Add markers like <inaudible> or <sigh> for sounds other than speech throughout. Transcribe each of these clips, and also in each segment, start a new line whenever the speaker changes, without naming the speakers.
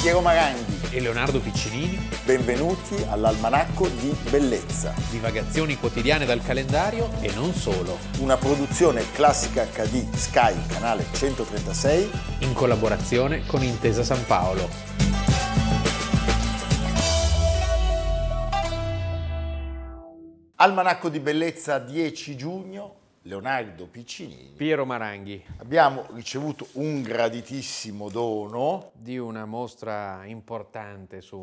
Piero Maranghi.
e Leonardo Piccinini,
Benvenuti all'Almanacco di Bellezza,
divagazioni quotidiane dal calendario e non solo,
una produzione classica HD Sky, canale 136.
in collaborazione con Intesa San Paolo.
Almanacco di Bellezza 10 giugno, Leonardo Piccinini.
Piero Maranghi,
Abbiamo ricevuto un graditissimo dono,
di una mostra importante su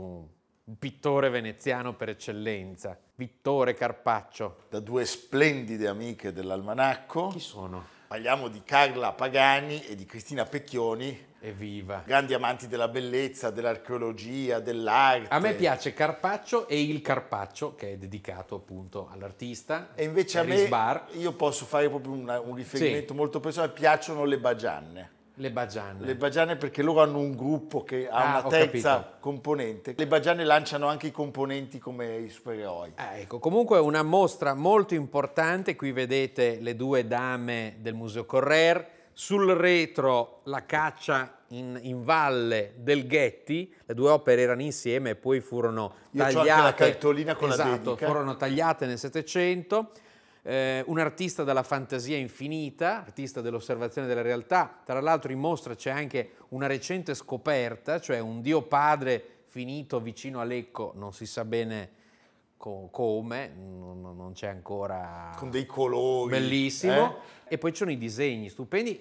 un pittore veneziano per eccellenza, Vittore Carpaccio.
da due splendide amiche dell'Almanacco.
Chi sono?
Parliamo di Carla Pagani e di Cristina Pecchioni,
Evviva!
grandi amanti della bellezza, dell'archeologia, dell'arte.
A me piace Carpaccio e il Carpaccio, che è dedicato appunto all'artista.
E invece a me,
Harris Bar,
io posso fare proprio una- un riferimento molto personale, piacciono le bagianne.
le Bagianne.
Le bagianne perché loro hanno un gruppo che ha
Ah, ho
una terza
capito.
componente. Le bagianne lanciano anche i componenti come i supereroi.
Ah, ecco, comunque una mostra molto importante, qui vedete le due dame del Museo Correr, sul retro la caccia in, in valle del Ghetti, le due opere erano insieme e poi furono
Io c'ho
tagliate.
anche la cartolina con la
Esatto,
dedica.
furono tagliate nel Settecento. Eh, un artista dalla fantasia infinita, artista dell'osservazione della realtà. Tra l'altro in mostra c'è anche una recente scoperta, cioè un Dio Padre finito vicino a Lecco, non si sa bene co- come, non, non- non c'è ancora...
Con dei colori.
Bellissimo.
eh?
E poi ci sono i disegni stupendi.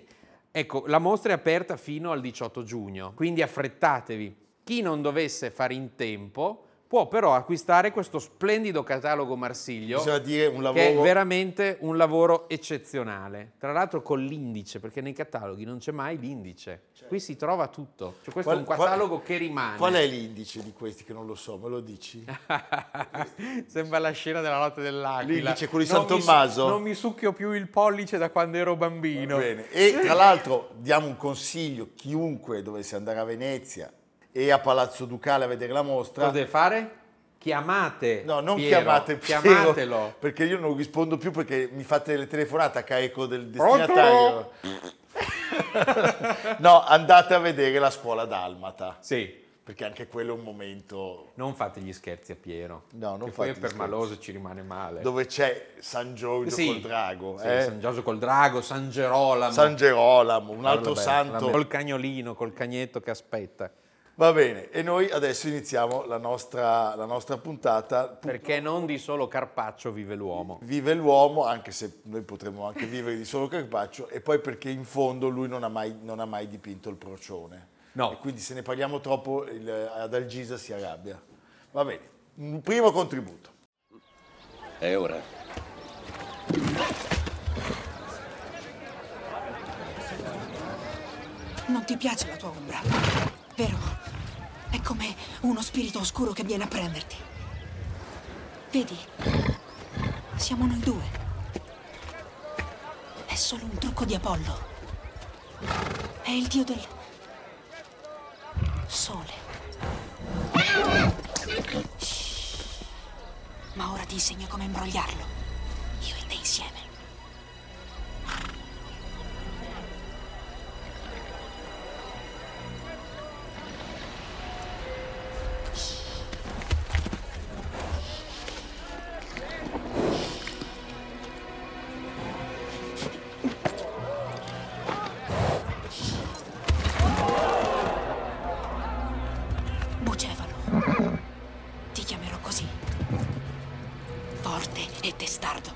Ecco, la mostra è aperta fino al 18 giugno, quindi affrettatevi. Chi non dovesse fare in tempo può però acquistare questo splendido catalogo Marsiglio,
Bisogna dire un
che è
lavoro
veramente un lavoro eccezionale. Tra l'altro con l'indice, perché nei cataloghi non c'è mai l'indice. Qui si trova tutto. Cioè, questo
Certo. Qual-
è un catalogo
qual-
che rimane. Eh,
Qual è l'indice di questi che non lo so, me lo dici?
<laughs> Sembra la scena della notte dell'aquila.
Lì dice quello di
Non
San
mi su-
Tommaso.
non mi succhio più il pollice da quando ero bambino.
Bene. E tra l'altro diamo un consiglio, chiunque dovesse andare a Venezia e a Palazzo Ducale a vedere la mostra,
Cosa deve fare? Chiamate.
No, non
Piero,
chiamate Piero,
Chiamatelo.
Perché io non rispondo più perché mi fate le telefonate a carico del
Pronto?
destinatario. <laughs> no, andate a vedere la scuola dalmata,
Sì,
perché anche quello è un momento
non fate gli scherzi a Piero.
No, non
che poi
fate
è
gli
per
scherzi.
Maloso ci rimane male.
dove c'è San Giorgio
Sì.
col drago,
Sì,
eh?
San Giorgio col drago, San Gerolamo.
San Gerolamo, un
Parla
altro
bene,
santo.
parla bene. Col cagnolino, col cagnetto che aspetta.
Va bene, e noi adesso iniziamo la nostra, la nostra puntata. Pu-
Perché non di solo Carpaccio vive l'uomo.
Vive l'uomo, anche se noi potremmo anche vivere di solo Carpaccio, e poi perché in fondo lui non ha mai, non ha mai dipinto il procione.
No.
E quindi se ne parliamo troppo il, ad Algisa si arrabbia. Va bene, un primo contributo.
È ora.
Non ti piace la tua ombra, vero? È come uno spirito oscuro che viene a prenderti. Vedi? Siamo noi due. È solo un trucco di Apollo. È il dio del... Sole. Shh. Ma ora ti insegno come imbrogliarlo. Io e te insieme. Bucevalo. Ti chiamerò così. Forte e testardo.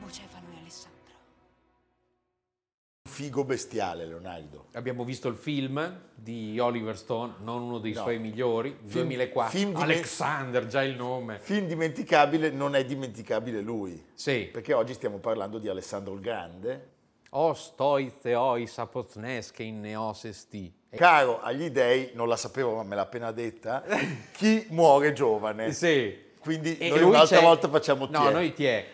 Bucevalo e Alessandro.
Figo bestiale, Leonardo.
Abbiamo visto il film di Oliver Stone, non uno dei
No.
suoi migliori, 2004.
film di me-
Alexander, già il nome.
Film dimenticabile, non è dimenticabile lui,
Sì.
perché oggi stiamo parlando di Alessandro il Grande,
Ostoi theoi sapotneske in neosesti.
caro agli dei, non la sapevo ma me l'ha appena detta, chi muore giovane.
Sì.
Quindi
E
noi
lui
un'altra
c'è-
volta facciamo
No,
tiè.
noi ti è.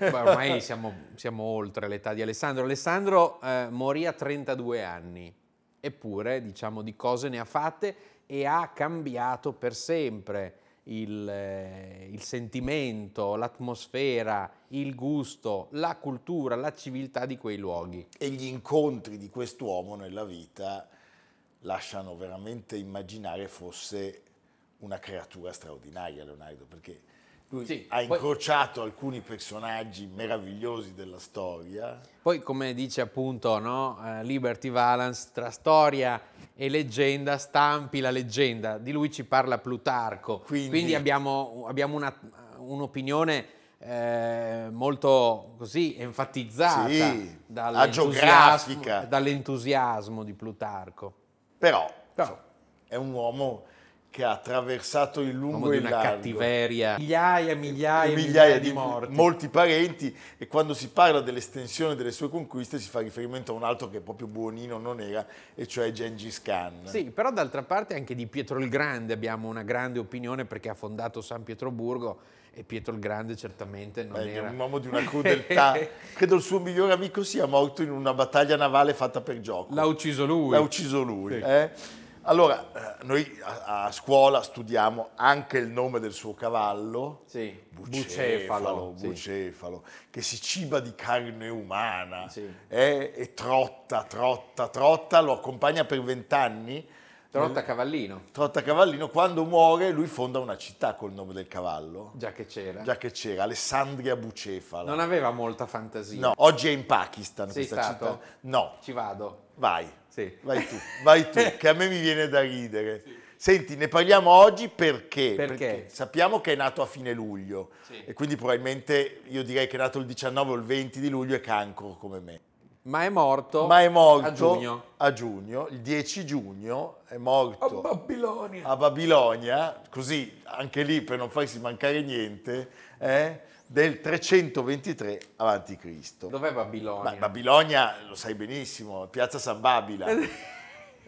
<laughs>
Ormai siamo, siamo oltre l'età di Alessandro. Alessandro eh, morì a 32 anni, eppure, diciamo, di cose ne ha fatte e ha cambiato per sempre il, eh, il sentimento, l'atmosfera, il gusto, la cultura, la civiltà di quei luoghi.
e gli incontri di quest'uomo nella vita lasciano veramente immaginare fosse una creatura straordinaria Leonardo, perché lui
Sì,
ha
poi-
incrociato alcuni personaggi meravigliosi della storia.
Poi, come dice appunto no, eh, Liberty Valance, tra storia e leggenda stampi la leggenda. Di lui ci parla Plutarco.
Quindi-
Quindi, abbiamo, abbiamo una- un'opinione eh, molto così enfatizzata
Sì, agiografica.
dall'entusiasmo, dall'entusiasmo di Plutarco.
Però
Però-
insomma, è un uomo che ha attraversato il lungo
Come di
e il
una
largo.
cattiveria. Migliaia, migliaia,
migliaia,
migliaia, di, morti.
molti parenti e quando si parla dell'estensione delle sue conquiste si fa riferimento a un altro che proprio buonino non era e cioè Gengis Khan.
Sì, però d'altra parte anche di Pietro il Grande abbiamo una grande opinione perché ha fondato San Pietroburgo e Pietro il Grande certamente non
Beh, è
era
un uomo di una crudeltà. Credo il suo migliore amico sia morto in una battaglia navale fatta per gioco.
<laughs> L'ha ucciso lui.
L'ha ucciso lui.
Sì.
eh? Allora, eh, noi a, a scuola studiamo anche il nome del suo cavallo.
Sì,
Bucefalo,
Bucefalo, sì.
Bucefalo, che si ciba di carne umana
Sì.
eh, e trotta, trotta, trotta, lo accompagna per vent'anni.
Trotta Cavallino,
Trotta Cavallino, quando muore lui fonda una città col nome del cavallo,
già che c'era.
già che c'era, Alessandria Bucefala.
Non aveva molta fantasia.
No, oggi è in Pakistan
Sei
questa
stato?
città. No,
Ci vado.
vai,
Sì.
vai tu, vai
<laughs>
tu, che a me mi viene da ridere. Senti, ne parliamo oggi perché?
Perché?
sappiamo che è nato a fine luglio
Sì.
e quindi probabilmente io direi che è nato il 19 o il 20 di luglio e cancro come me.
Ma è morto.
Ma è morto
Oh, a giugno. Oh,
a giugno, il 10 giugno, è morto
A Babilonia.
a Babilonia, così anche lì per non farsi mancare niente, eh, del 323 avanti Cristo.
Dov'è Babilonia?
Ma Babilonia lo sai benissimo, Piazza San
<laughs>
Babila.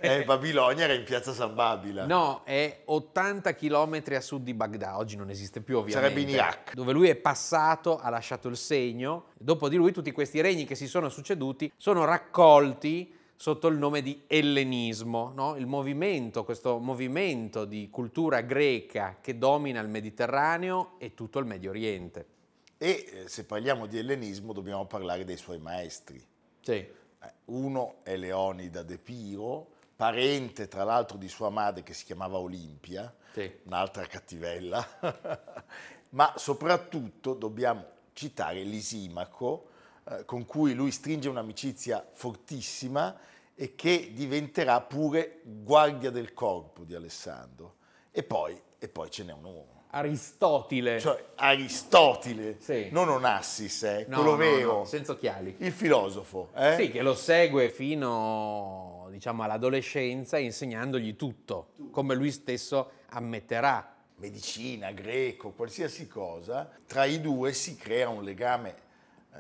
Eh, Babilonia era in Piazza San Babila.
No, è 80 km a sud di Baghdad, oggi non esiste più ovviamente.
Sarebbe in Iraq.
Dove lui è passato, ha lasciato il segno. Dopo di lui tutti questi regni che si sono succeduti sono raccolti sotto il nome di ellenismo, no? il movimento, questo movimento di cultura greca che domina il Mediterraneo e tutto il Medio Oriente.
E eh, se parliamo di ellenismo dobbiamo parlare dei suoi maestri.
Sì.
Eh, Uno è Leonida De Piro, parente tra l'altro di sua madre che si chiamava Olimpia,
Sì.
un'altra cattivella, <laughs> ma soprattutto dobbiamo citare Lisimaco, eh, con cui lui stringe un'amicizia fortissima e che diventerà pure guardia del corpo di Alessandro. E poi, e poi ce n'è uno.
Aristotile.
Cioè Aristotile,
Eh. Sì.
non Onassis, eh,
No,
quello
no,
vero,
no, senza occhiali.
il filosofo. eh?
Sì, che lo segue fino diciamo, all'adolescenza insegnandogli tutto, come lui stesso ammetterà.
medicina, greco, qualsiasi cosa, tra i due si crea un legame eh,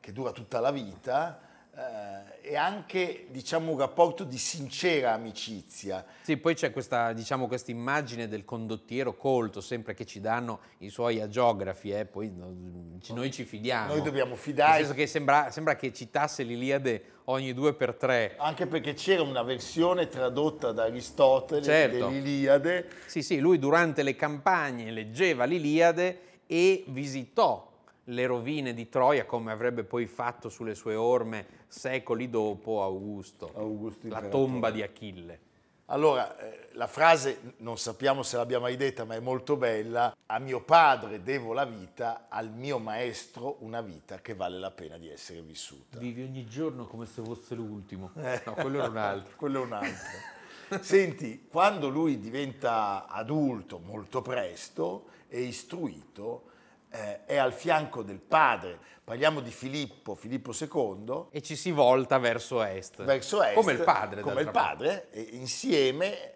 che dura tutta la vita eh, e anche diciamo un rapporto di sincera amicizia.
Sì, poi c'è questa diciamo, questa immagine del condottiero colto, sempre che ci danno i suoi agiografi, eh, poi Ah, no- ci- noi ci fidiamo.
Noi dobbiamo
Nel
fidarci,
senso che sembra, sembra che citasse l'Iliade ogni due per tre.
anche perché c'era una versione tradotta da Aristotele
Certo.
dell'Iliade
Sì, sì, lui durante le campagne leggeva l'Iliade e visitò le rovine di Troia, come avrebbe poi fatto sulle sue orme secoli dopo Augusto,
Augusto
la
imperatore.
tomba di Achille.
Allora, eh, la frase non sappiamo se l'abbia mai detta, ma è molto bella. A mio padre devo la vita, al mio maestro una vita che vale la pena di essere vissuta.
Vivi ogni giorno come se fosse <laughs> l'ultimo. No, quello era un altro.
Eh. <laughs> Quello è un altro. Senti, quando lui diventa adulto molto presto e istruito, eh, è al fianco del padre. Parliamo di Filippo, Filippo II,
E ci si volta verso est.
verso est.
Come il padre.
Come il
d'altra parte.
padre, e insieme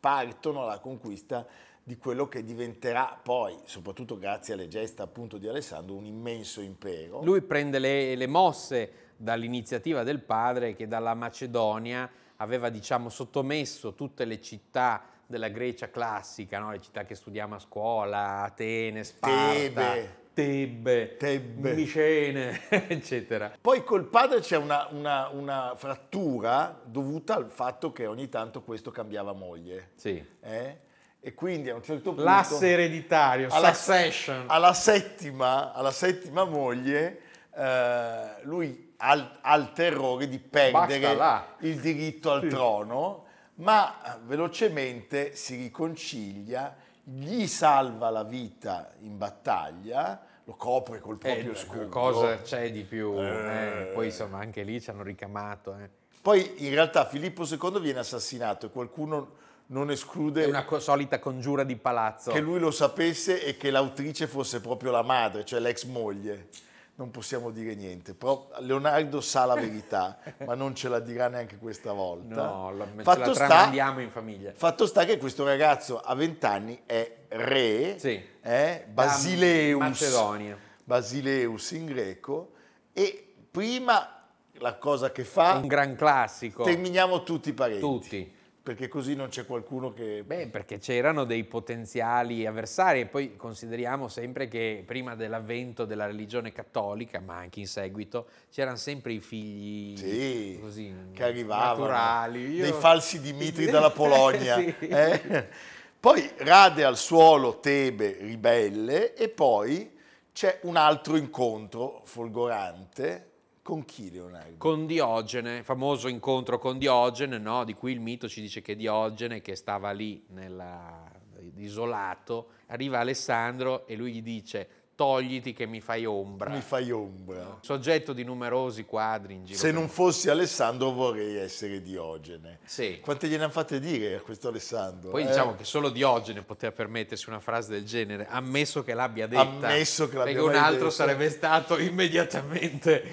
partono alla conquista di quello che diventerà poi, soprattutto grazie alle gesta appunto di Alessandro, un immenso impero.
Lui prende le, le mosse dall'iniziativa del padre che dalla Macedonia aveva diciamo, sottomesso tutte le città della Grecia classica, no? le città che studiamo a scuola, Atene, Sparta,
Tebe.
Tebbe,
Tebbe.
Micene, <laughs> eccetera.
Poi col padre c'è una, una- una frattura dovuta al fatto che ogni tanto questo cambiava moglie.
Sì.
eh? E quindi a un certo punto...
L'asse ereditario, Eh,
alla,
succession.
alla settima, alla settima moglie eh, lui ha, il- ha il terrore di
Basta, là.
perdere il diritto al trono. ma eh, velocemente si riconcilia, gli salva la vita in battaglia, lo copre col proprio
Eh,
scudo.
cosa c'è di più?
Eh.
eh? poi insomma anche lì ci hanno ricamato. eh.
Poi in realtà Filippo II viene assassinato e qualcuno non esclude
È una co- solita congiura di palazzo.
che lui lo sapesse e che l'autrice fosse proprio la madre, cioè l'ex moglie. Non possiamo dire niente, però Leonardo sa la
<laughs>
verità, ma non ce la dirà neanche questa volta.
No, la, ce
Fatto
la
sta-
tramandiamo in famiglia.
Fatto sta che questo ragazzo a 20 anni è re,
Sì.
eh,
Da
Basileus,
Macedonia.
Basileus in greco, e prima la cosa che fa,
Ah, Un gran classico.
terminiamo tutti i parenti,
Tutti.
perché così non c'è qualcuno che...
Beh, perché c'erano dei potenziali avversari e poi consideriamo sempre che prima dell'avvento della religione cattolica, ma anche in seguito, c'erano sempre i figli
Sì,
così,
che arrivavano,
naturali.
dei
Io-
falsi
<laughs>
Dimitri dalla Polonia.
Sì.
eh? Poi rade al suolo Tebe, ribelle, e poi c'è un altro incontro folgorante con chi Leonardo?
Con Diogene, famoso incontro con Diogene, no? di cui il mito ci dice che Diogene, che stava lì nella- isolato, arriva Alessandro e lui gli dice togliti che mi fai ombra.
Mi fai ombra.
Soggetto di numerosi quadri in giro.
Se
per-
non fossi Alessandro vorrei essere Diogene.
Sì.
Quante gliene hanno fatte dire a questo Alessandro?
Poi
eh?
diciamo che solo Diogene poteva permettersi una frase del genere, ammesso che l'abbia detta.
Ammesso che l'abbia
Perché un
mai
altro
detta.
sarebbe stato immediatamente.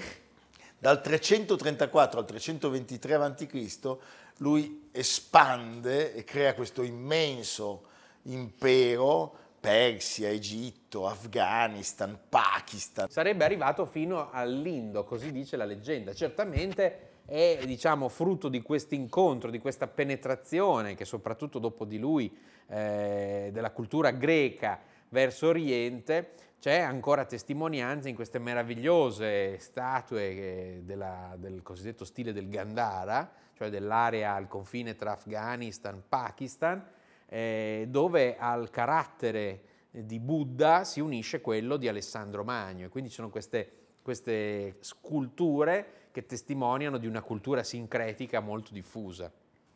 Dal 334 al 323 a.C. lui espande e crea questo immenso impero, Persia, Egitto, Afghanistan, Pakistan.
Sarebbe arrivato fino all'Indo, così dice la leggenda. Certamente è diciamo, frutto di questo incontro, di questa penetrazione che soprattutto dopo di lui eh, della cultura greca verso Oriente c'è ancora testimonianza in queste meravigliose statue eh, della- del cosiddetto stile del Gandhara, cioè dell'area al confine tra Afghanistan e Pakistan, eh, dove al carattere di Buddha si unisce quello di Alessandro Magno e quindi ci sono queste, queste sculture che testimoniano di una cultura sincretica molto diffusa.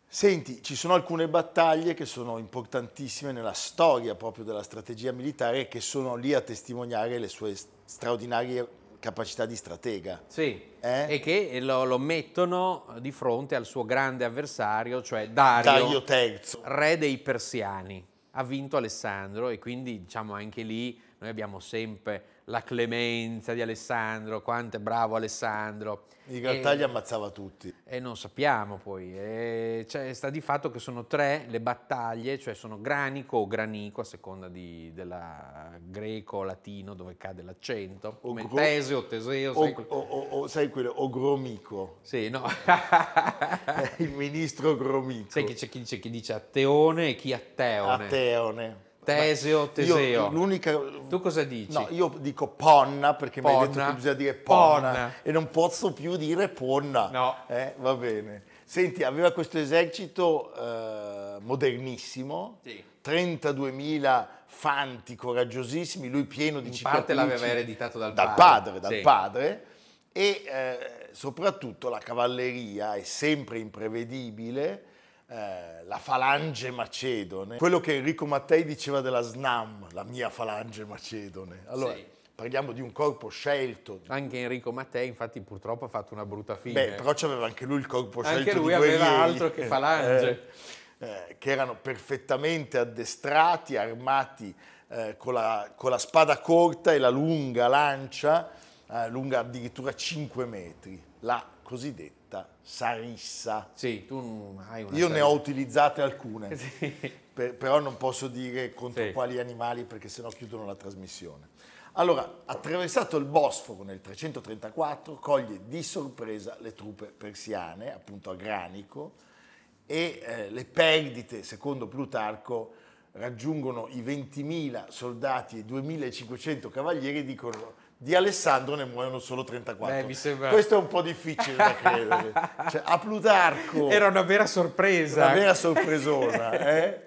Senti, ci sono alcune battaglie che sono importantissime nella storia proprio della strategia militare e che sono lì a testimoniare le sue straordinarie capacità di stratega.
Sì,
Eh?
e che lo, lo mettono di fronte al suo grande avversario, cioè Dario,
Dario III.
re dei persiani. Ha vinto Alessandro e quindi diciamo anche lì noi abbiamo sempre la clemenza di Alessandro, quanto è bravo Alessandro.
In realtà
E-
li ammazzava tutti.
E non sappiamo poi, E cioè, sta di fatto che sono tre le battaglie, cioè sono granico o granico a seconda di- della greco o latino dove cade l'accento,
O
come
gro-
Teseo, Teseo,
O,
sai quel-
o- o- o- sai quello, o Gromico, <laughs>
sì, no.
Eh, <laughs> il ministro Gromico.
sai che c'è chi, c'è chi dice Atteone e chi Atteone.
A Teone.
Teseo,
Ma io
Teseo.
l'unica...
Tu cosa dici?
No, io dico ponna perché mi hai detto
Ponna.
che bisogna dire ponna,
Ponna.
e non posso più dire ponna.
No.
Eh, va bene. Senti, aveva questo esercito eh, modernissimo,
Sì.
32.000 fanti coraggiosissimi, lui pieno di
In parte
cicatrici.
l'aveva ereditato dal padre,
padre. dal
sì.
padre. E eh, soprattutto la cavalleria è sempre imprevedibile, eh, la falange macedone, quello che Enrico Mattei diceva della SNAM, la mia falange macedone. Allora,
Sì.
parliamo di un corpo scelto.
Anche Enrico Mattei infatti purtroppo ha fatto una brutta fine.
Beh, però c'aveva anche lui il corpo
Anche
scelto di
lui aveva
guerrieri.
altro che falange.
Eh, eh, che erano perfettamente addestrati, armati eh, con, la, con la spada corta e la lunga lancia, eh, lunga addirittura 5 metri, la cosiddetta sarissa.
Sì, tu hai una
Io ne
serie- <laughs>
ho utilizzate alcune,
Sì.
per- però non posso dire contro
Sì.
quali animali perché sennò chiudono la trasmissione. Allora, attraversato il Bosforo nel 334, coglie di sorpresa le truppe persiane, appunto a Granico, e eh, le perdite, secondo Plutarco, raggiungono i 20.000 soldati e i 2.500 cavalieri, dicono di Alessandro ne muoiono solo 34.
Beh, mi sembra-
Questo è un po' difficile da credere. Cioè, a Plutarco...
<laughs> Era una vera sorpresa.
eh? Una vera sorpresona, eh?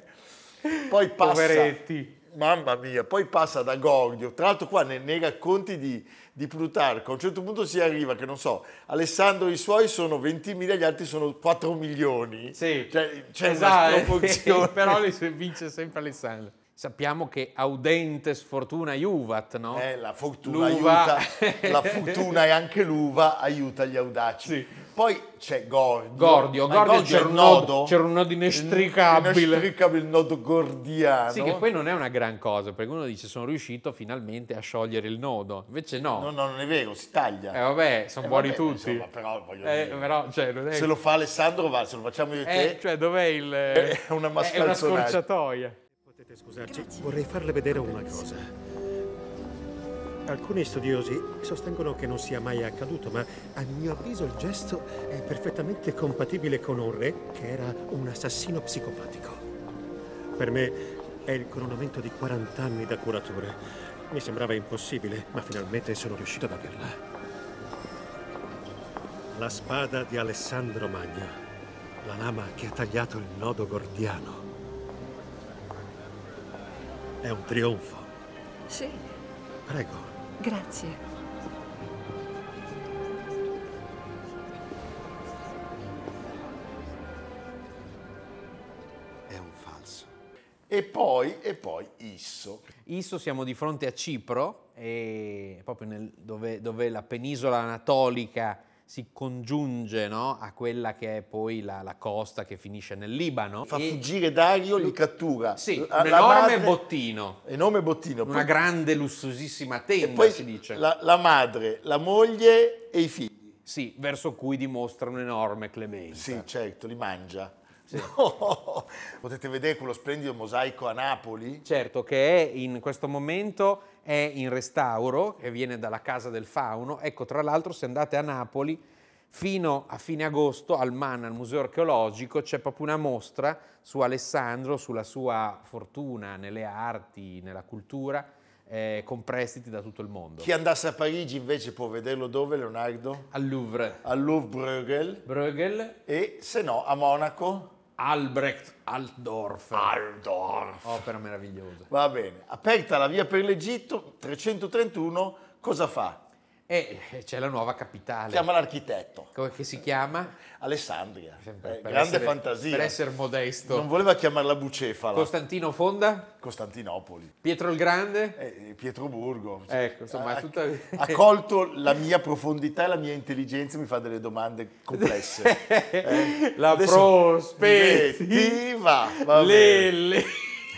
Poi passa
Poveretti.
Mamma mia, poi passa da Gordio. Tra l'altro qua ne- nei, racconti di, di Plutarco, a un certo punto si arriva che, non so, Alessandro e i suoi sono 20.000, gli altri sono 4 milioni.
Sì,
Cioè, c'è una
esatto, <laughs>
proporzione.
però lì se- vince sempre Alessandro. Sappiamo che audentes fortuna iuvat, no?
Eh, la fortuna
L'uva.
aiuta,
<laughs>
la fortuna e anche l'uva aiuta gli audaci.
Sì.
Poi c'è Gordio.
Gordio,
Ma
Gordio
Gordio è
c'era
il
un nodo-
nodo,
c'era un nodo inestricabile.
Inestricabile, il nodo gordiano.
Sì, che poi non è una gran cosa, perché uno dice sono riuscito finalmente a sciogliere il nodo, invece no.
No, no, non è vero, si taglia.
Eh vabbè, sono
Eh,
buoni
vabbè,
tutti.
insomma, però voglio
Eh,
dire,
però, cioè, non è...
Se lo fa Alessandro, va, se lo facciamo io e te.
Eh, cioè, dov'è il...
È una mascalzonata.
scorciatoia.
Potete scusarci, vorrei farle vedere una cosa. Alcuni studiosi sostengono che non sia mai accaduto, ma a mio avviso il gesto è perfettamente compatibile con un re che era un assassino psicopatico. Per me è il coronamento di 40 anni da curatore. Mi sembrava impossibile, ma finalmente sono riuscito ad averla. La spada di Alessandro Magno, la lama che ha tagliato il nodo gordiano. È un trionfo.
Sì,
Prego.
grazie.
È un falso.
E poi, e poi Isso.
Isso siamo di fronte a Cipro, e proprio nel- dove, dove la penisola anatolica si congiunge no, a quella che è poi la, la costa che finisce nel Libano.
Fa
E-
fuggire Dario, li cattura. Eh,
Sì,
La-
un
la
enorme
madre-
bottino,
Enorme bottino.
una
poi-
grande lussuosissima
e
tenda,
poi
si dice.
La, la madre, la moglie e i figli.
Sì, verso cui dimostra un'enorme clemenza.
Sì, certo, li mangia. No. <laughs> Potete vedere quello splendido mosaico a Napoli.
Certo, che è in questo momento è in restauro, che viene dalla casa del fauno. Ecco, tra l'altro, se andate a Napoli, fino a fine agosto al MAN, al Museo Archeologico, c'è proprio una mostra su Alessandro, sulla sua fortuna nelle arti, nella cultura, eh, con prestiti da tutto il mondo.
Chi andasse a Parigi invece può vederlo dove, Leonardo?
Al Louvre.
Al Louvre Bruegel
Bruegel,
e se no a Monaco.
Albrecht Altdorf.
Aldorf.
Opera meravigliosa.
Va bene, aperta la via per l'Egitto, 331, cosa fa?
E eh, c'è la nuova capitale.
Chiama l'architetto,
Come che si chiama?
Alessandria,
Sempre
Eh,
per
grande
essere-
fantasia.
Per essere modesto.
Non voleva chiamarla Bucefala,
Costantino Fonda,
Costantinopoli,
Pietro il Grande.
eh, Pietroburgo.
Ecco, insomma,
ha,
tutta-
ha colto la mia profondità e la mia intelligenza, mi fa delle domande
<laughs>
complesse. Eh,
Eh, La
Adesso-
prospettiva.
Vettiva, va bene.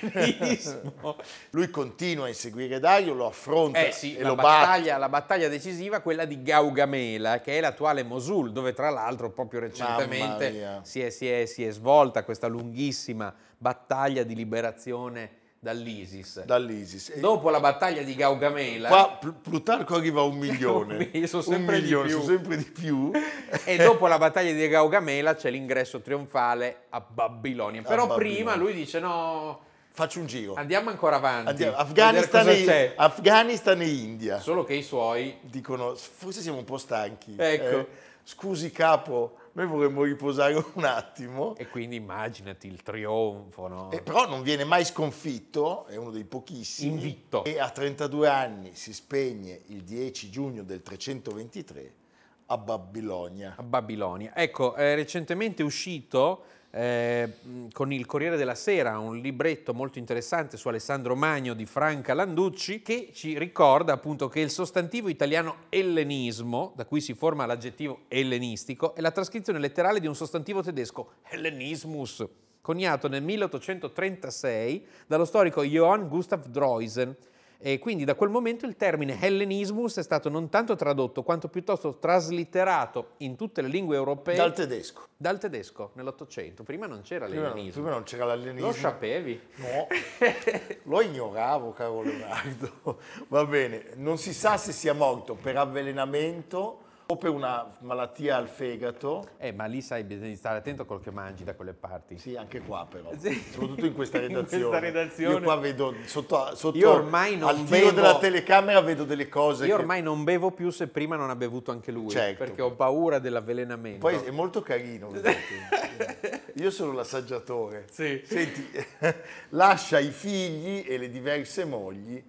l'ellenismo.
<laughs> Lui continua a inseguire Dario, lo affronta
Eh sì,
e
la
lo batte.
battaglia, la battaglia decisiva, quella di Gaugamela, che è l'attuale Mosul, dove tra l'altro proprio recentemente
mia.
si è, si è- si è svolta questa lunghissima battaglia di liberazione dall'ISIS.
dall'ISIS. E-
Dopo la battaglia di Gaugamela...
Qua Pl- Plutarco arriva a
<laughs>
un milione.
Io sono
Un
sempre di
milione,
più.
sono sempre di più.
E dopo la battaglia di Gaugamela c'è l'ingresso trionfale a Babilonia. Però
Babilonia.
prima lui dice no,
Faccio un giro.
andiamo ancora avanti.
Andiamo.
a
Afghanistan, Ah.
vedere cosa
e,
c'è.
Afghanistan e India.
Solo che i suoi...
Dicono, forse siamo un po' stanchi. eh.
Ecco.
scusi capo, noi vorremmo riposare un attimo.
E quindi immaginati il trionfo, no?
E però non viene mai sconfitto, è uno dei pochissimi.
Invitto.
E a 32 anni si spegne il 10 giugno del 323 a Babilonia.
A Babilonia. Ecco, è recentemente uscito eh, mh, con il Corriere della Sera un libretto molto interessante su Alessandro Magno di Franca Landucci che ci ricorda appunto che il sostantivo italiano ellenismo, da cui si forma l'aggettivo ellenistico, è la trascrizione letterale di un sostantivo tedesco, hellenismus, coniato nel 1836 dallo storico Johann Gustav Droysen. E quindi da quel momento il termine hellenismus è stato non tanto tradotto quanto piuttosto traslitterato in tutte le lingue europee
Dal tedesco.
dal tedesco nell'Ottocento. Prima non c'era
Prima,
l'ellenismo.
prima non c'era l'allenismo.
Lo sapevi?
No, <laughs> lo ignoravo, caro Leonardo. Va bene, non si sa se sia morto per avvelenamento o per una malattia al fegato.
Eh, ma lì sai, bisogna stare attento a quello che mangi da quelle parti.
Sì, anche qua però,
Sì.
soprattutto in questa
<laughs> In
redazione.
questa redazione.
Io qua vedo, sotto, sotto
Io ormai non
al tiro
bevo-
della telecamera vedo delle cose
Io
che-
ormai non bevo più se prima non ha bevuto anche lui,
Certo.
perché ho paura dell'avvelenamento. <laughs>
Poi è molto carino, vedete. Io sono l'assaggiatore.
Sì.
Senti, <laughs> lascia i figli e le diverse mogli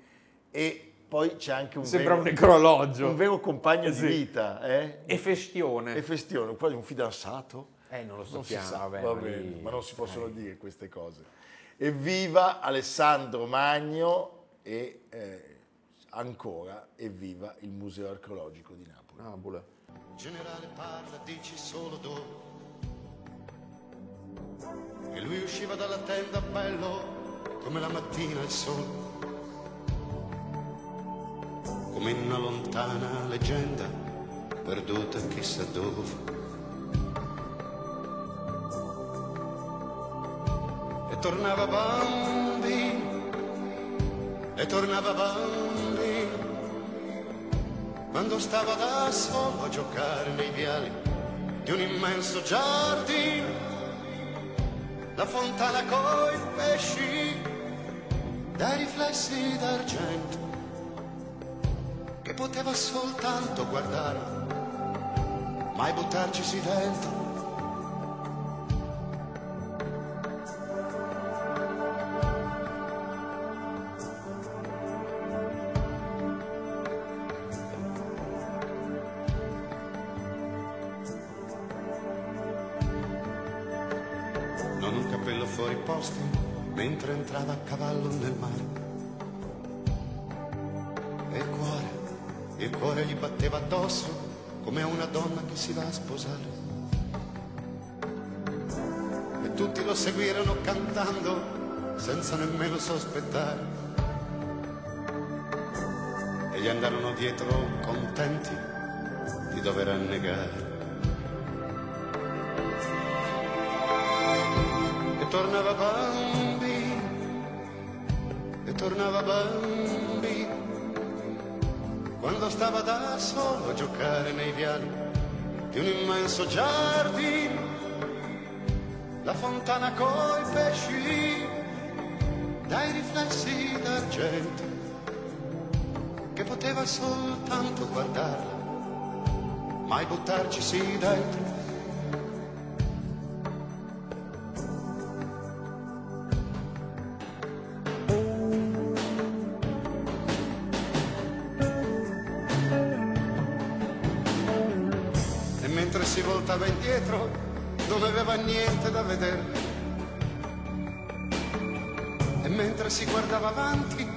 e poi c'è anche un,
Sembra un
vero,
necrologio.
un vero compagno
Sì.
di vita. Eh?
E festione.
E festione, quasi un fidanzato.
Eh, non lo
Non si
sappiamo,
sa,
vabbè,
va
ma
bene,
lì- eh.
ma non si possono dire queste cose. Evviva Alessandro Magno e eh, ancora evviva il Museo Archeologico di Napoli.
Ah, bula.
generale parla, dici solo dove. E lui usciva dalla tenda bello come la mattina il sole. Come in una lontana leggenda perduta chissà dove. E tornava bambino, e tornava bambino quando stavo da solo a giocare nei viali di un immenso giardino. La fontana coi pesci, dai riflessi d'argento, che poteva soltanto guardare, mai buttarcisi dentro. non un cappello fuori posto mentre entrava a cavallo nel mare. E il cuore, il cuore gli batteva addosso come a una donna che si va a sposare. E tutti lo seguirono cantando senza nemmeno sospettare. E gli andarono dietro contenti di dover annegare. e tornava bambino, e tornava bambino, quando stava da solo a giocare nei viali di un immenso giardino, la fontana coi pesci, dai riflessi d'argento, che poteva soltanto guardarla, mai buttarcisi dentro. e mentre si voltava indietro non aveva niente da vedere. E mentre si guardava avanti,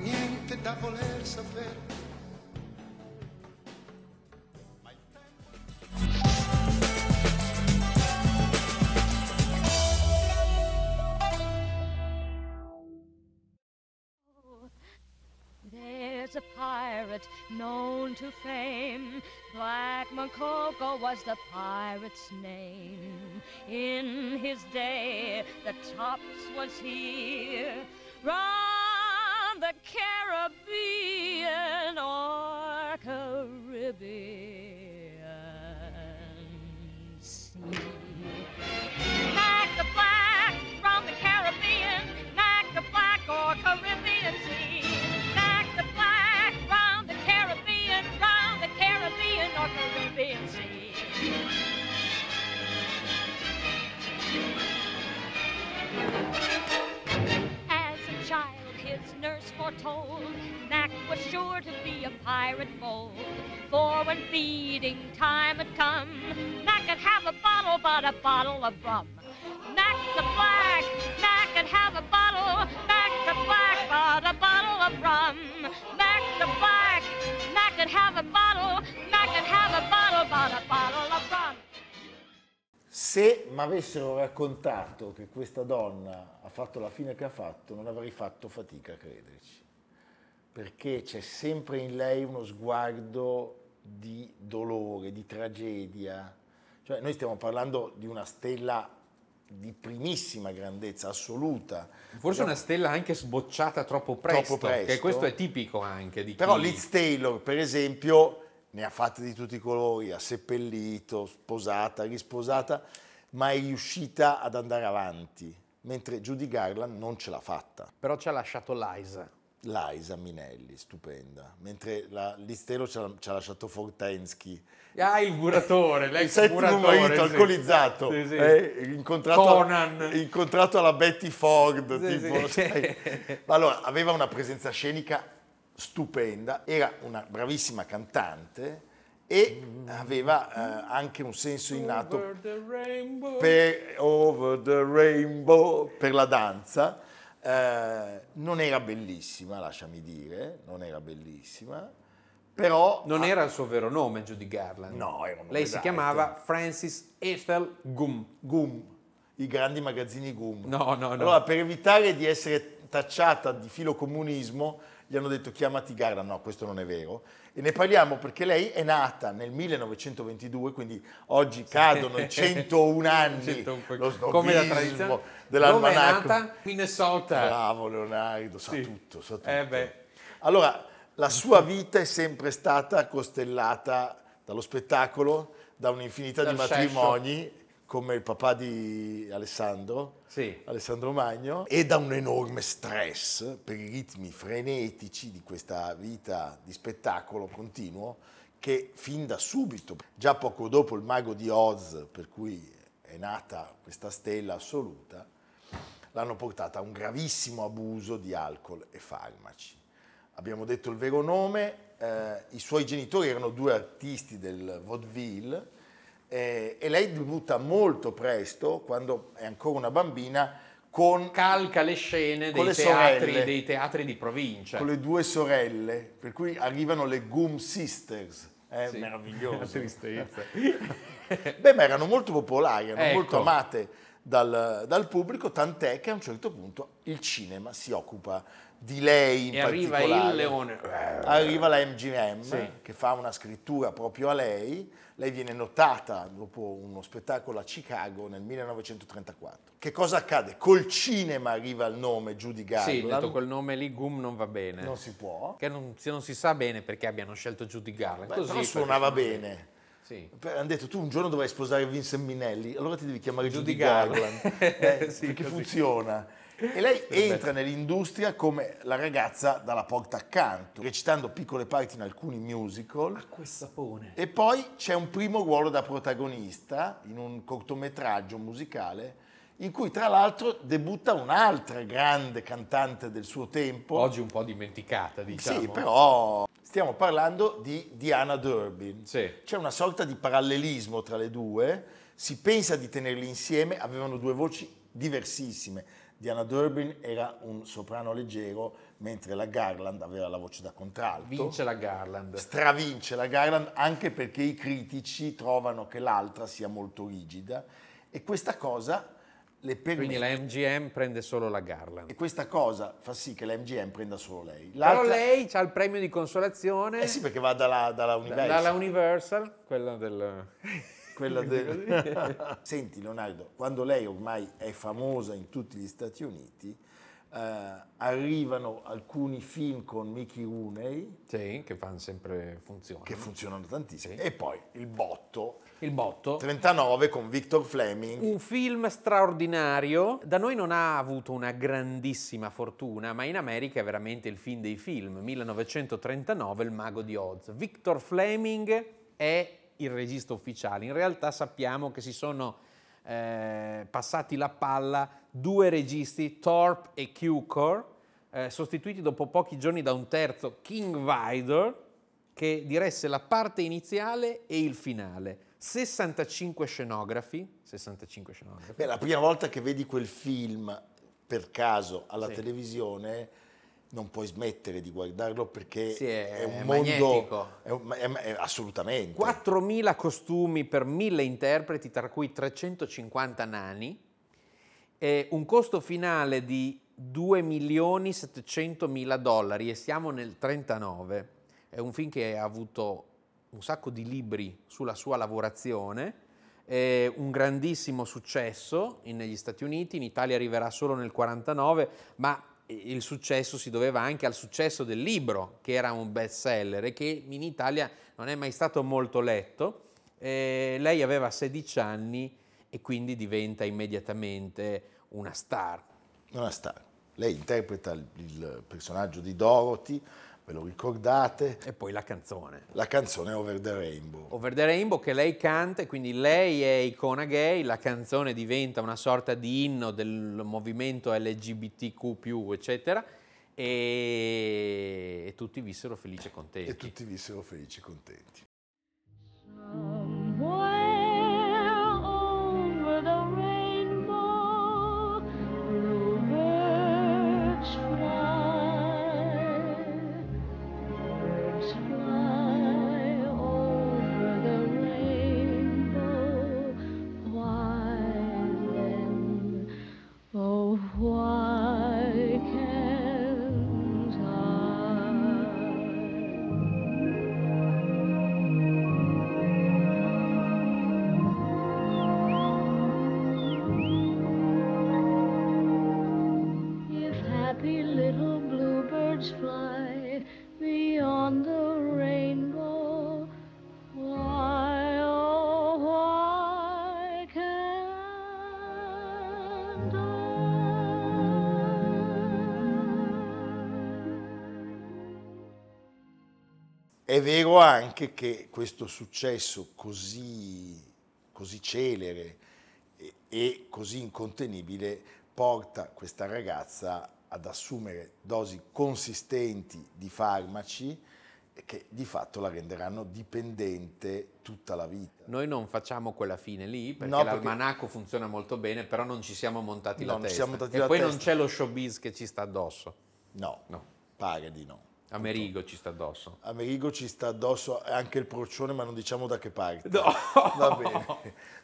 niente da voler sapere.
There's a pirate known to fame. Black Macoco was the pirate's name. In his day, the tops was he. Round the Caribbean or Caribbean sea. Like the black from the Caribbean, like the black or Caribbean sea. Like the black from the Caribbean, round the Caribbean or Caribbean sea. As a child, his nurse foretold Mac was sure to be a pirate bold. For when feeding time had come, Mac could have a bottle, but a bottle of rum. Mac the black, Mac could have a bottle, Mac the black, but a bottle of rum. Mac the black, Mac could have a bottle, Mac could have a bottle, but a bottle of rum.
Se mi avessero raccontato che questa donna ha fatto la fine che ha fatto, non avrei fatto fatica a crederci, perché c'è sempre in lei uno sguardo di dolore, di tragedia. Cioè, noi stiamo parlando di una stella di primissima grandezza assoluta.
Forse una stella anche sbocciata troppo presto,
Troppo presto.
che questo è tipico anche di chi...
Però Liz Taylor, per esempio, ne ha fatte di tutti i colori, ha seppellito, sposata, risposata, ma è riuscita ad andare avanti, mentre Judy Garland non ce l'ha fatta.
Però ci ha lasciato Liza.
Liza Minelli, stupenda. Mentre la Listero ci ha, ci ha lasciato Fortensky,
Ah, il curatore,
il
l'ex
settimo
curatore,
marito
sì.
alcolizzato,
Sì, sì.
eh, incontrato,
Conan.
incontrato alla Betty Ford.
Sì,
tipo,
sì.
sai. Ma allora, aveva una presenza scenica stupenda, era una bravissima cantante e aveva eh, anche un senso innato
Over the rainbow.
per Over the Rainbow per la danza. Eh, non era bellissima, lasciami dire, non era bellissima, però
Non
ha-
era il suo vero nome, Judy Garland.
No, era un nome
Lei si
d'arte.
chiamava Frances Ethel Gum.
Gum, i grandi magazzini Gum.
No, Ah, no, no.
Allora, per evitare di essere tacciata di filocomunismo, gli hanno detto chiamati Garda. No, questo non è vero. E ne parliamo perché lei è nata nel 1922, quindi oggi cadono
<laughs>
i 101 anni.
101,
lo
come la
snobismo
tradizione. Dove è
dell'almanacco. Esatto.
nata? Minnesota.
Bravo Leonardo, sa
Sì.
tutto, sa tutto.
Eh beh.
Allora, la sua vita è sempre stata costellata dallo spettacolo, da un'infinità di
Dal sesso.
matrimoni, come il papà di Alessandro,
Sì.
Alessandro Magno, e da un enorme stress per i ritmi frenetici di questa vita di spettacolo continuo che fin da subito, già poco dopo il mago di Oz, per cui è nata questa stella assoluta, l'hanno portata a un gravissimo abuso di alcol e farmaci. Abbiamo detto il vero nome, eh, i suoi genitori erano due artisti del vaudeville eh, e lei debutta molto presto, quando è ancora una bambina, con,
Calca le scene
Con
dei
le
teatri,
sorelle.
dei teatri di provincia.
con le due sorelle, per cui arrivano le Goom Sisters. È
Sì. La
meraviglioso.
<laughs> tristezza.
<laughs> Beh, ma erano molto popolari, erano
Ecco.
molto amate dal, dal pubblico, tant'è che a un certo punto il cinema si occupa di lei in
E arriva
particolare.
il leone.
Arriva la MGM
Sì.
che fa una scrittura proprio a lei, lei viene notata dopo uno spettacolo a Chicago nel 1934. Che cosa accade? Col cinema arriva il nome Judy
Sì,
Garland,
detto quel nome lì, Gum non va bene.
non si può,
Che non, se non si sa bene perché abbiano scelto Judy Garland.
Beh,
Così,
però
perché-
suonava bene.
Sì.
Per- Hanno detto tu un giorno dovrai sposare Vincent Minelli, allora ti devi chiamare
Judy
Judy,
Garland.
Garland,
<laughs>
eh,
Sì,
perché
così.
funziona. E lei entra nell'industria come la ragazza dalla porta accanto, recitando piccole parti in alcuni musical.
Acqua e sapone.
E poi c'è un primo ruolo da protagonista in un cortometraggio musicale in cui tra l'altro debutta un'altra grande cantante del suo tempo.
Oggi un po' dimenticata, diciamo.
Sì, però stiamo parlando di Diana Durbin.
Sì.
C'è una sorta di parallelismo tra le due, si pensa di tenerli insieme, avevano due voci diversissime. Diana Durbin era un soprano leggero, mentre la Garland aveva la voce da contralto.
Vince la Garland.
Stravince la Garland anche perché i critici trovano che l'altra sia molto rigida e questa cosa le permette.
Quindi la MGM prende solo la Garland.
E questa cosa fa sì che la MGM prenda solo lei.
Però
L'altra
lei ha il premio di consolazione
Eh sì, perché va dalla, dalla Universal.
dalla Universal, quella del...
quella
<laughs>
del... Senti Leonardo, quando lei ormai è famosa in tutti gli Stati Uniti, eh, arrivano alcuni film con Mickey Rooney
Sì, che fanno sempre funzione.
che funzionano tantissimo e poi il botto
Il botto.
39 con Victor Fleming.
Un film straordinario, da noi non ha avuto una grandissima fortuna, ma in America è veramente il film dei film. 1939, Il mago di Oz. Victor Fleming è il regista ufficiale. In realtà sappiamo che si sono eh, passati la palla due registi, Thorpe e Cukor, eh, sostituiti dopo pochi giorni da un terzo, King Vidor, che diresse la parte iniziale e il finale. 65 scenografi, 65 scenografi.
Beh, la prima volta che vedi quel film per caso alla
Sì.
televisione non puoi smettere di guardarlo perché
Sì, è-
un
è magnetico.
mondo è un- è- è- assolutamente
4.000 costumi per 1.000 interpreti, tra cui 350 nani, e un costo finale di 2.700.000 dollari e siamo nel 39. È un film che ha avuto un sacco di libri sulla sua lavorazione, è un grandissimo successo in- negli Stati Uniti, in Italia arriverà solo nel 49, ma il successo si doveva anche al successo del libro, che era un best seller e che in Italia non è mai stato molto letto. Eh, lei aveva 16 anni e quindi diventa immediatamente una star.
una star. Lei interpreta il, il personaggio di Dorothy, ve lo ricordate?
E poi la canzone.
La canzone Over the Rainbow.
Over the Rainbow che lei canta e quindi lei è icona gay, la canzone diventa una sorta di inno del movimento LGBTQ+, eccetera, e, e tutti vissero felici e contenti.
E tutti vissero felici e contenti.
Somewhere over the rainbow, bluebirds fly. Birds fly over the rainbow. Why then, oh why can't I? If happy little bluebirds fly beyond the rainbow, why, oh, why can't I?
È vero anche che questo successo così, così celere e, e così incontenibile porta questa ragazza ad assumere dosi consistenti di farmaci che di fatto la renderanno dipendente tutta la vita.
Noi non facciamo quella fine lì perché
No, perché-
l'almanacco funziona molto bene, però non ci siamo montati
No,
la
non ci
testa.
siamo montati
e
la
poi non
testa.
c'è lo showbiz che ci sta addosso.
No,
No.
pare di no.
Amerigo ci sta addosso.
Amerigo ci sta addosso anche il procione, ma non diciamo da che parte.
<laughs> No.
Va bene.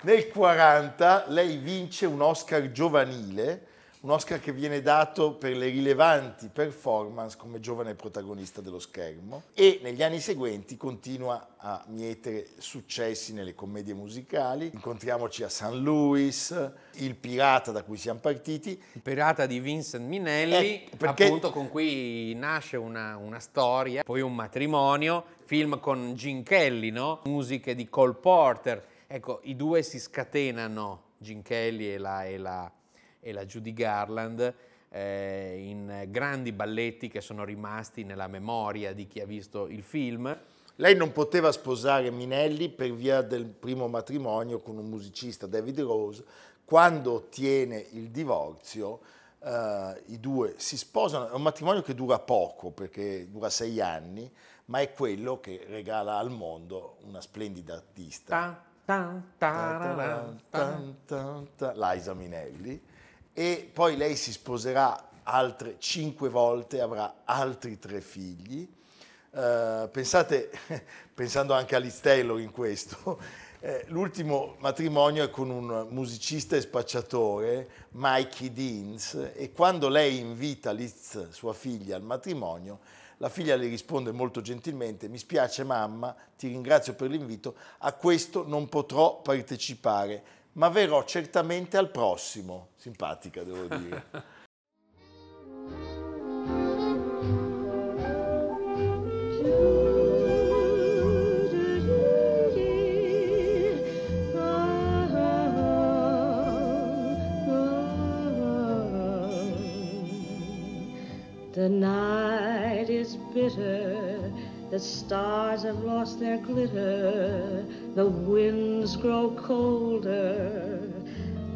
Nel 40 lei vince un Oscar giovanile, un Oscar che viene dato per le rilevanti performance come giovane protagonista dello schermo e negli anni seguenti continua a mietere successi nelle commedie musicali. Incontriamoci a St. Louis, Il pirata da cui siamo partiti
Il pirata di Vincent Minelli,
Eh, perché-
appunto con cui nasce una, una storia, poi un matrimonio, film con Gene Kelly, no? musiche di Cole Porter. Ecco, i due si scatenano, Gene Kelly e la, e la- e la Judy Garland, eh, in grandi balletti che sono rimasti nella memoria di chi ha visto il film.
Lei non poteva sposare Minelli per via del primo matrimonio con un musicista, David Rose. Quando ottiene il divorzio, eh, i due si sposano. È un matrimonio che dura poco, perché dura sei anni, ma è quello che regala al mondo una splendida artista.
Tan, tan, tararan, tan.
Tan, tan, tan, Liza Minelli. E poi lei si sposerà altre cinque volte, avrà altri tre figli. Eh, pensate, <laughs> pensando anche a Liz Taylor in questo, eh, l'ultimo matrimonio è con un musicista e spacciatore, Mikey Deans, e quando lei invita Liz, sua figlia, al matrimonio, la figlia le risponde molto gentilmente, mi spiace mamma, ti ringrazio per l'invito, a questo non potrò partecipare, ma verrò certamente al prossimo. Simpatica, devo dire.
The night is bitter, the stars have lost their glitter, the winds grow colder,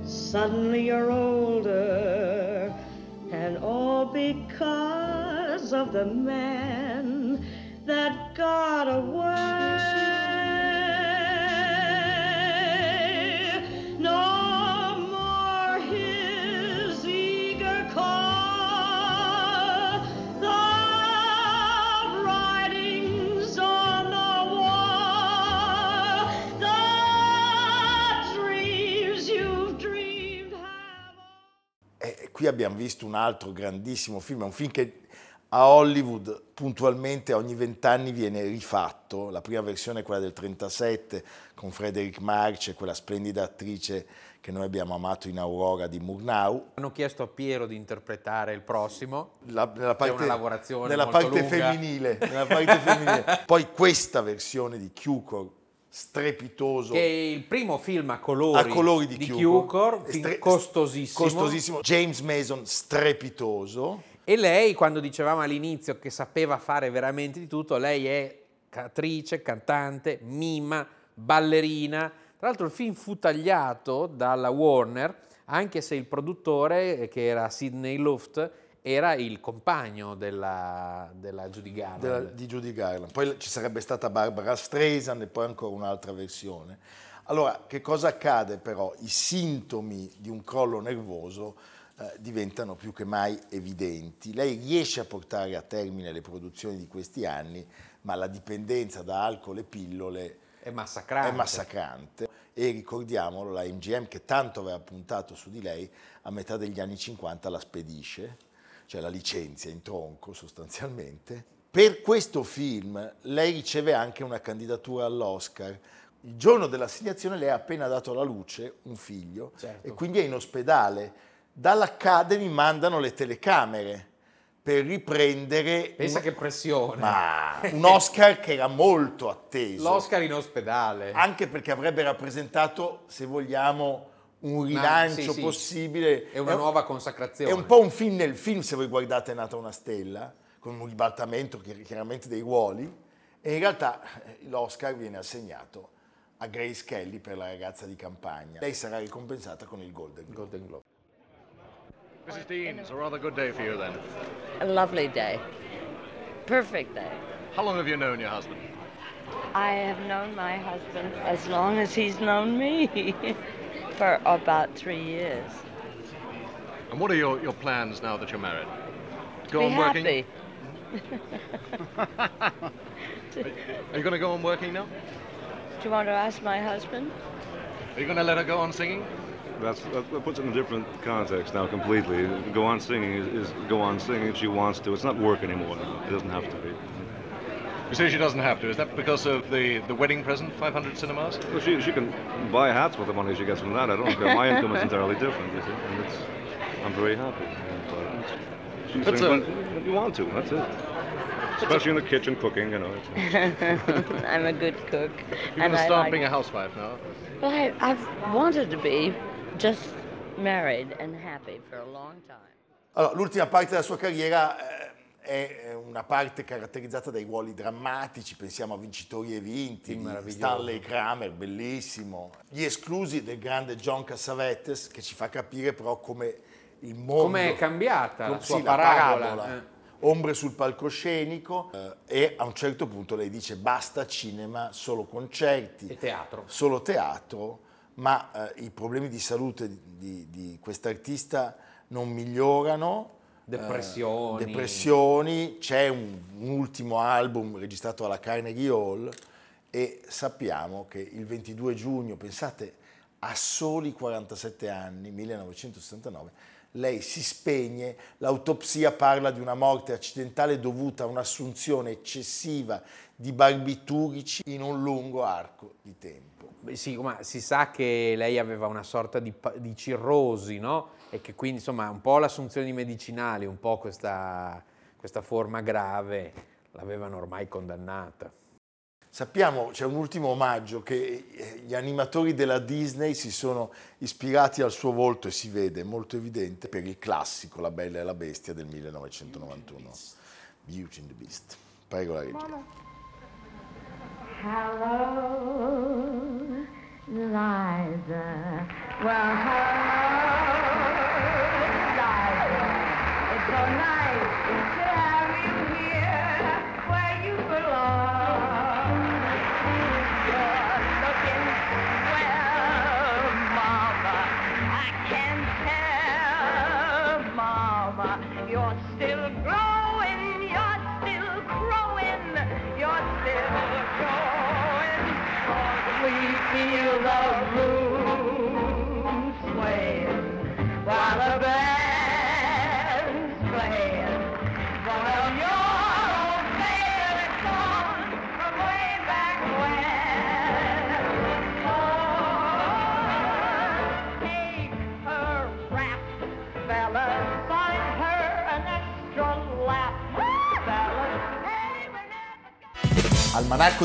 suddenly you're older, and all because of the man that got away. No more his eager call. The writings on the wall. The dreams you've dreamed have.
E Eh, qui abbiamo visto un altro grandissimo film, è un film che a Hollywood puntualmente ogni vent'anni viene rifatto, la prima versione è quella del 37 con Frederick March e quella splendida attrice che noi abbiamo amato in Aurora di Murnau,
Hanno chiesto a Piero di interpretare il prossimo.
la- nella parte,
una lavorazione
nella
molto
parte
lunga. <laughs>
femminile, nella parte femminile. Poi questa versione di Cukor strepitoso
Che è il primo film a colori,
a colori di,
Cukor, film
Stre-
costosissimo.
costosissimo. James Mason strepitoso.
E lei, quando dicevamo all'inizio che sapeva fare veramente di tutto, lei è attrice, cantante, mima, ballerina. Tra l'altro il film fu tagliato dalla Warner, anche se il produttore, eh, che era Sidney Luft, era il compagno della, della Judy Garland.
della- di Judy Garland. Poi ci sarebbe stata Barbara Streisand e poi ancora un'altra versione. Allora, che cosa accade però? I sintomi di un crollo nervoso eh, diventano più che mai evidenti. Lei riesce a portare a termine le produzioni di questi anni, ma la dipendenza da alcol e pillole
È massacrante.
è massacrante. E ricordiamolo, la MGM che tanto aveva puntato su di lei, a metà degli anni 50 la spedisce, cioè la licenzia in tronco sostanzialmente. Per questo film lei riceve anche una candidatura all'Oscar. Il giorno dell'assegnazione lei ha appena dato alla luce un figlio
Certo.
e quindi è in ospedale. Dall'Academy mandano le telecamere per riprendere
Pensa
un-
che pressione.
ma un Oscar che era molto atteso
<laughs> L'Oscar in ospedale.
anche perché avrebbe rappresentato, se vogliamo, un rilancio
sì, sì.
possibile.
È una
un-
nuova consacrazione.
È un po' un film nel film, se voi guardate È nata una stella, con un ribaltamento chi- chiaramente dei ruoli, e in realtà eh, l'Oscar viene assegnato a Grace Kelly per la ragazza di campagna. Lei sarà ricompensata con il Golden Globe.
Golden Globe.
Mrs. Dean, it's a rather good day for you then.
A lovely day. Perfect day.
How long have you known your husband?
I have known my husband as long as he's known me <laughs> for about three years.
And what are your, your plans now that you're married? Go
Be
on working?
happy.
Are you going to go on working now?
Do you want to ask my husband? <laughs>
Are you going to let her go on singing?
That's, that, that puts it in a different context now completely. Go on singing is, is go on singing if she wants to. It's not work anymore. now. It doesn't have to be.
You say she doesn't have to. Is that because of the, the wedding present, 500 cinemas?
Well, she, she can buy hats with the money she gets from that. I don't care. My income is entirely different, you see. And it's, I'm very happy. uh, about it. She can
That's
sing
a-
when- when you want to. That's it. Especially in the kitchen cooking, you know. it's-
I'm a good cook.
You're going to
I
start
like-
being a housewife now.
Well, I, I've wanted to be just married and happy for a long time.
Allora, l'ultima parte della sua carriera eh, è eh, una parte caratterizzata dai ruoli drammatici, pensiamo a Vincitori e Vinti,
Film
di
meraviglioso.
Stanley Kramer, bellissimo. Gli esclusi del grande John Cassavetes, che ci fa capire però come il mondo...
Com'è cambiata la
Sì,
sua
la
parabola? eh.
Ombre sul palcoscenico eh, e a un certo punto lei dice basta cinema, solo concerti
E teatro.
solo teatro, ma eh, i problemi di salute di, di quest'artista non migliorano.
Depressioni.
eh, depressioni, c'è un, un ultimo album registrato alla Carnegie Hall e sappiamo che il 22 giugno, pensate, a soli 47 anni, 1969, lei si spegne, l'autopsia parla di una morte accidentale dovuta a un'assunzione eccessiva di barbiturici in un lungo arco di tempo.
Beh, sì, ma si sa che lei aveva una sorta di, pa- di cirrosi, no? E che quindi, insomma, un po' l'assunzione di medicinali, un po' questa, questa forma grave l'avevano ormai condannata.
Sappiamo, c'è un ultimo omaggio che eh, gli animatori della Disney si sono ispirati al suo volto e si vede, è molto evidente, per il classico La Bella e la Bestia del 1991. Beauty and the Beast. Prego la regia.
Hello, Liza. Well, hello, Liza. It's so nice to have you here where you belong. You're looking well, Mama. I can tell, Mama. You're still growing. You're still growing. You're still growing. We feel the room swaying while the band's playing. While your old favorite song from way back when. Oh, take her rap, fellas. Find her an extra lap, fellas. Hey, Renee.
Almanacco